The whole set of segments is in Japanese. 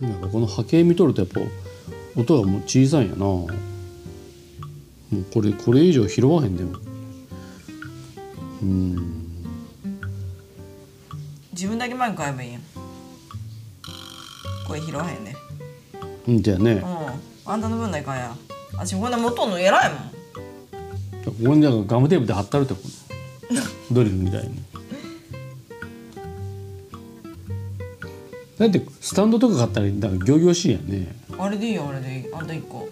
波形見とるとやっぱ音がもう小さいんやなもうこれこれ以上拾わへんでもうん自分だけ前買えばいいやん声拾わへんねうんじゃあねうんあんたの分だけ買えや私こんな元の偉いもんここになんかガムテープで貼ったるってことドリルみたいにだってスタンドとか買ったらなんか仰々しいやんねあれでいいよあれでいいあんた1個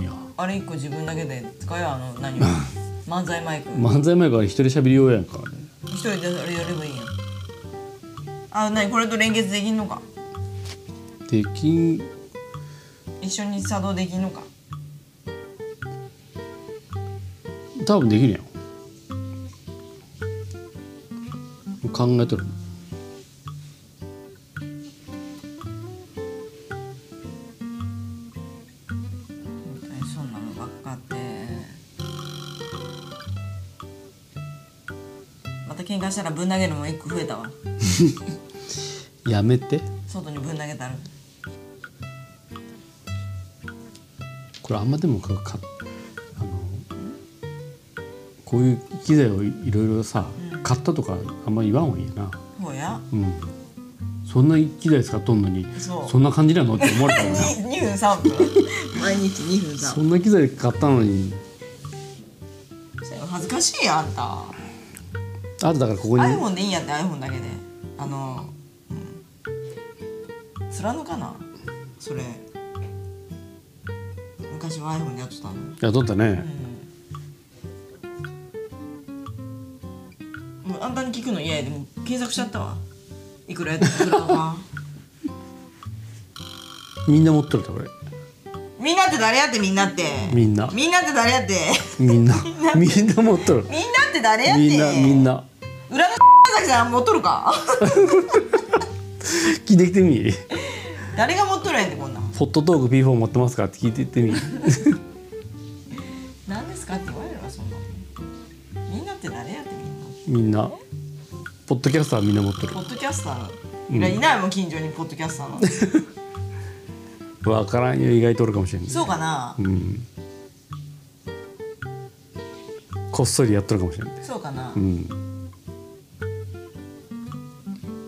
いやあれ1個自分だけで使えよあの何漫才マイク漫才前から一人喋り用やんかあれ一人であれやればいいやんあ何これと連結できんのかできん一緒に作動できんのか多分できるやん考えとる本当にそんなのばっかってまた喧嘩したらぶん投げるのも1個増えたわやめて外にぶん投げたらこれあんまでもかかあのこういう機材をいろいろさ、買ったとかあんま言わんほうがいいなほうやうんそんな機材使っとんのにそうそんな感じなのって思われたもん な2分3分毎日2分3そ分んな機材買ったのに恥ずかしいやんあんたあとだからここに iPhone でいいんやって iPhone だけであの、うん、貫かなそれ昔は iPhone でやってたの雇ったねうんもうあんたに聞くの嫌やでもう検索しちゃったわいくらやったいくら はみんな持っとるで俺みんなって誰やってみんなってみんなみんなって誰やって みんなみんな持っとるみんなって誰やってみんなみんな裏の 崎さん持っとるか聞いてきてみ誰が持っとるやんってこんなんホットトーク P4 持ってますかって聞いていってみ何ですかって言われるわそんなのみんなって誰やってみみんんななポッドキャスターみんな持っとるポッドキャスターいやいないもん近所にポッドキャスターのわからんよ意外とおるかもしれんねそうかなうんこっそりやっとるかもしれんねそうかなうん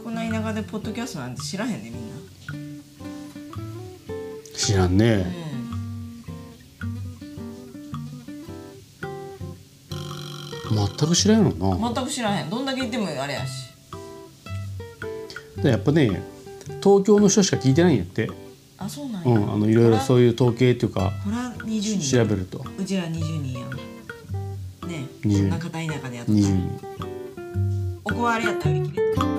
こんな田舎でポッドキャストなんて知らへんねみんな知らんねう全く知らんやろなん全く知らへんどんだけ言ってもあれやしでやっぱね東京の人しか聞いてないんやってあそうなんうや、んあのいろいろそういう統計っていうかほら20人調べるとうちら20人やんねえ20そんな片田舎でやった20人おこわあれやったら売り切れた